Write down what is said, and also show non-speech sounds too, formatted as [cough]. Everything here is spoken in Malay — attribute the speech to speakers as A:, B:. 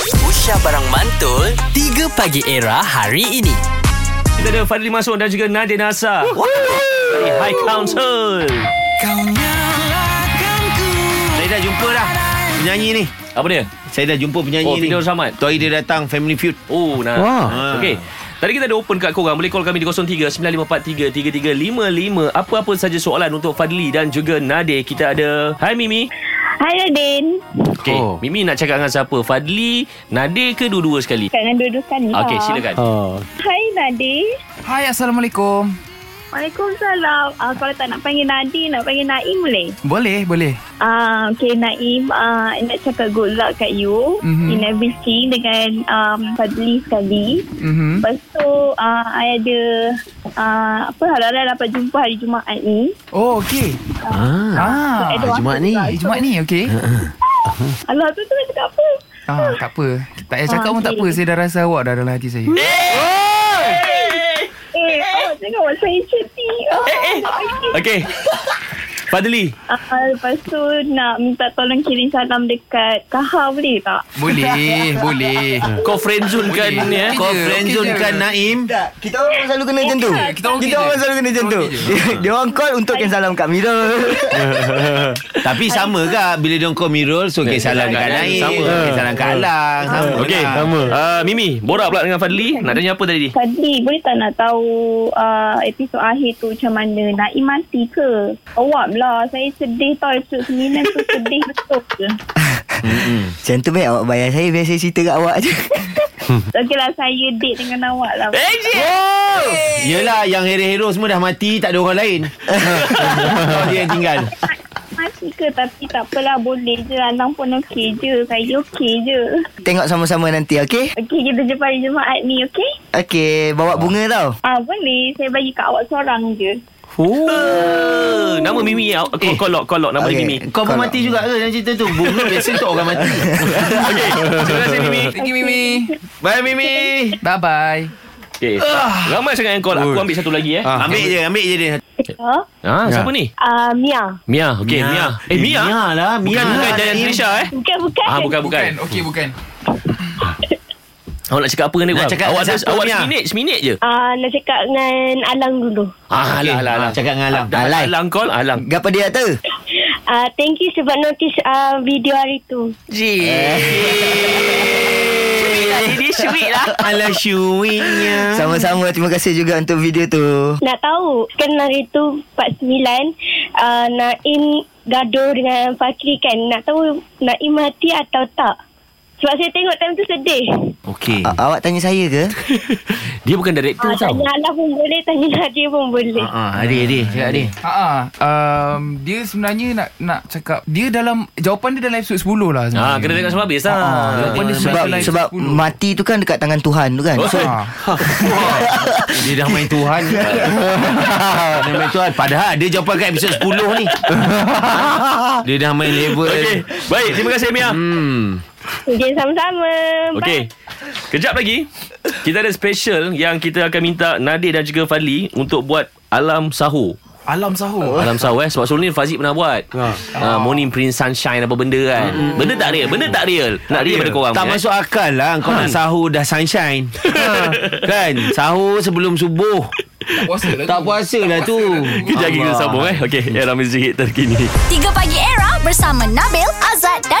A: Aisyah Barang Mantul 3 Pagi Era hari ini
B: Kita ada Fadli Masuk dan juga Nadia Nasa Dari High Council
A: Kau nyalakan ku
C: Saya dah jumpa dah penyanyi ni.
B: Apa dia?
C: Saya dah jumpa penyanyi
B: Oh,
C: ni.
B: Fidaus Rahmat.
C: Tu hari dia datang Family Feud.
B: Oh nah
D: Wah.
B: Ah. Okey Tadi kita ada open kat korang Boleh call kami di 03-9543-3355 Apa-apa saja soalan untuk Fadli dan juga Nadir Kita ada Hai Mimi
E: Hai Radin
B: Okey oh.
D: Oh.
B: Mimi nak cakap dengan siapa? Fadli, Nadir ke dua-dua sekali?
E: Jangan dudukkan ni Ah.
B: Okey silakan
D: Oh.
E: Hai Nadir
F: Hai, Assalamualaikum.
E: Waalaikumsalam uh, Kalau tak nak panggil Nadir Nak panggil Naim boleh?
F: Boleh, boleh.
E: Ah, uh, okay Naim uh, I nak cakap good luck kat you
F: Mhm.
E: In everything Dengan um, Fadli sekali
G: Mhm.
F: Mm-hmm.
E: Lepas tu uh, I ada uh, Apa Harap-harap dapat jumpa hari Jumaat ni
F: Oh, okey.
G: Eh,
F: Ah,
E: Ada
C: Jumaat
E: waktu
C: ni.
E: juga.
F: ah Jumaat ni, okey.
E: Alah tu tu nak cakap apa
F: Ah, tak apa. Tak payah cakap
E: Ah,
F: pun tak
E: okey.
F: apa. Saya dah rasa awak dah dalam hati
G: [laughs]
F: saya.
E: Eh awak cakap awak saya cantik Ah, okay.
B: Okey Fadli
E: Ah, Lepas tu Nak minta tolong kirim salam Dekat Kahar boleh tak?
F: Boleh, boleh.
G: Ah.
B: Kau friendzone kan
F: Boleh.
B: ni eh
C: Kau
F: Okey je,
C: friendzone
F: okey je.
C: kan Naim.
G: Tak, kita orang selalu kena macam tu.
F: kita okey
G: Kita
F: je.
G: orang selalu kena macam tu.
F: Okey
G: [laughs] Dia orang call untukkan salam kat Mira.
C: Tapi sama ke bila dia call Mirul so okay, salam kat Naim.
B: Sama.
C: Okay, salam kat Alang. Sama.
B: Okey
C: lah.
D: Sama.
B: uh, Mimi Borak pula dengan Fadli Nak tanya apa tadi?
E: Fadli, boleh tak nak tahu uh, episod akhir tu macam mana? Naim mati ke? Awak lah. Saya sedih tau episod 9 tu sedih betul ke?
G: Macam tu baik awak bayar saya biar saya cerita kat awak je.
E: Okey lah, saya date dengan awak lah. Eh?
C: Yelah yang hero-hero semua dah mati Tak ada orang lain Kau dia yang tinggal
E: Mati ke? Tapi tak apalah, boleh je. Anang pun okey je. Saya okey je.
G: Tengok sama-sama nanti, okey?
E: Okey, kita jumpa hari Jumaat ni, okey?
G: Okey, bawa bunga tau.
E: Ah, boleh. Saya bagi kat awak seorang je.
B: Uh, nama Mimi eh. Kau kau lock, kau lock nama okay.
G: Okey.
B: Mimi
C: Kau pun
G: Kalau-
C: mati juga ke dalam cerita tu Bunga biasa untuk orang mati
B: Okay Terima kasih
G: [laughs]
B: Mimi
F: Thank you, Mimi.
C: Bye Mimi
F: Bye-bye.
B: Okay Ramai sangat yang call Aku ambil satu lagi eh
C: ah, Ambil je Ambil je dia
E: Huh?
B: Ah,
D: Ya.
B: siapa ni?
E: Uh, Mia.
B: Mia. Okay, Mia. Eh, Mia.
C: Mia lah Mia
B: Bukan, bukan Jayan
C: Naim.
B: Trisha eh.
E: Bukan, bukan.
B: Ah, bukan, bukan.
F: Bukan, okey, bukan.
B: Awak nak cakap apa ni?
C: Nak cakap
B: awak ada
C: dengan siapa,
B: awak ada
C: Mia? Ah,
B: seminit, seminit je.
E: Uh, nak cakap dengan Alang dulu.
B: Ah,
C: Okey,
B: alah, alah, alah.
C: ah, Cakap dengan Alang
B: Alang. Alang call, Alang.
G: Gapa dia tak tahu?
E: Uh, thank you sebab notice uh, video hari tu.
C: Ala syuinya
G: Sama-sama terima kasih juga untuk video tu.
E: Nak tahu Kan hari tu 49 uh, Naim gaduh dengan Fakri kan Nak tahu Naim mati atau tak Sebab saya tengok time tu sedih
C: Okey
G: A- awak tanya saya ke?
B: Dia bukan director
E: uh,
B: tau.
E: Tanya Allah pun boleh Tanya Nadia pun boleh
C: Ah, ah, Adi, Adi, cakap Adi.
F: Ah, um, dia sebenarnya nak nak cakap dia dalam jawapan dia dalam episod 10 lah sebenarnya.
B: Ah, kena dengar sampai habis lah.
F: Ah, jawapan dia
G: Sebab
F: Live
G: sebab
F: 10.
G: mati tu kan dekat tangan Tuhan tu kan. So,
F: Ah.
C: Dia dah main Tuhan [laughs] Dia main Tuhan Padahal dia jawapan kat episod 10 [laughs] ni Dia dah main level
B: Okay. Baik, terima kasih Mia.
C: Hmm
E: Jadi sama-sama
B: Okey. Kejap lagi kita ada special yang kita akan minta Nadir dan juga Fadli untuk buat alam sahur.
F: Alam sahur.
B: Alam sahur eh Sebab sebelum ni Fazik pernah buat ha. Morning Prince Sunshine Apa benda kan Benda tak real Benda tak real Nak real pada korang
C: Ya. Tak
B: punya, eh.
C: masuk akal lah Kau nak sahur dah sunshine [laughs] Kan Sahur sebelum subuh
F: Tak puasa lah
C: Tak
F: tu.
C: puasa lah tu
B: Kejap lagi kita
C: Allah. Hmm.
B: sambung eh Okay Era Music Hit terkini
H: 3 Pagi Era bersama Nabil, Azad dan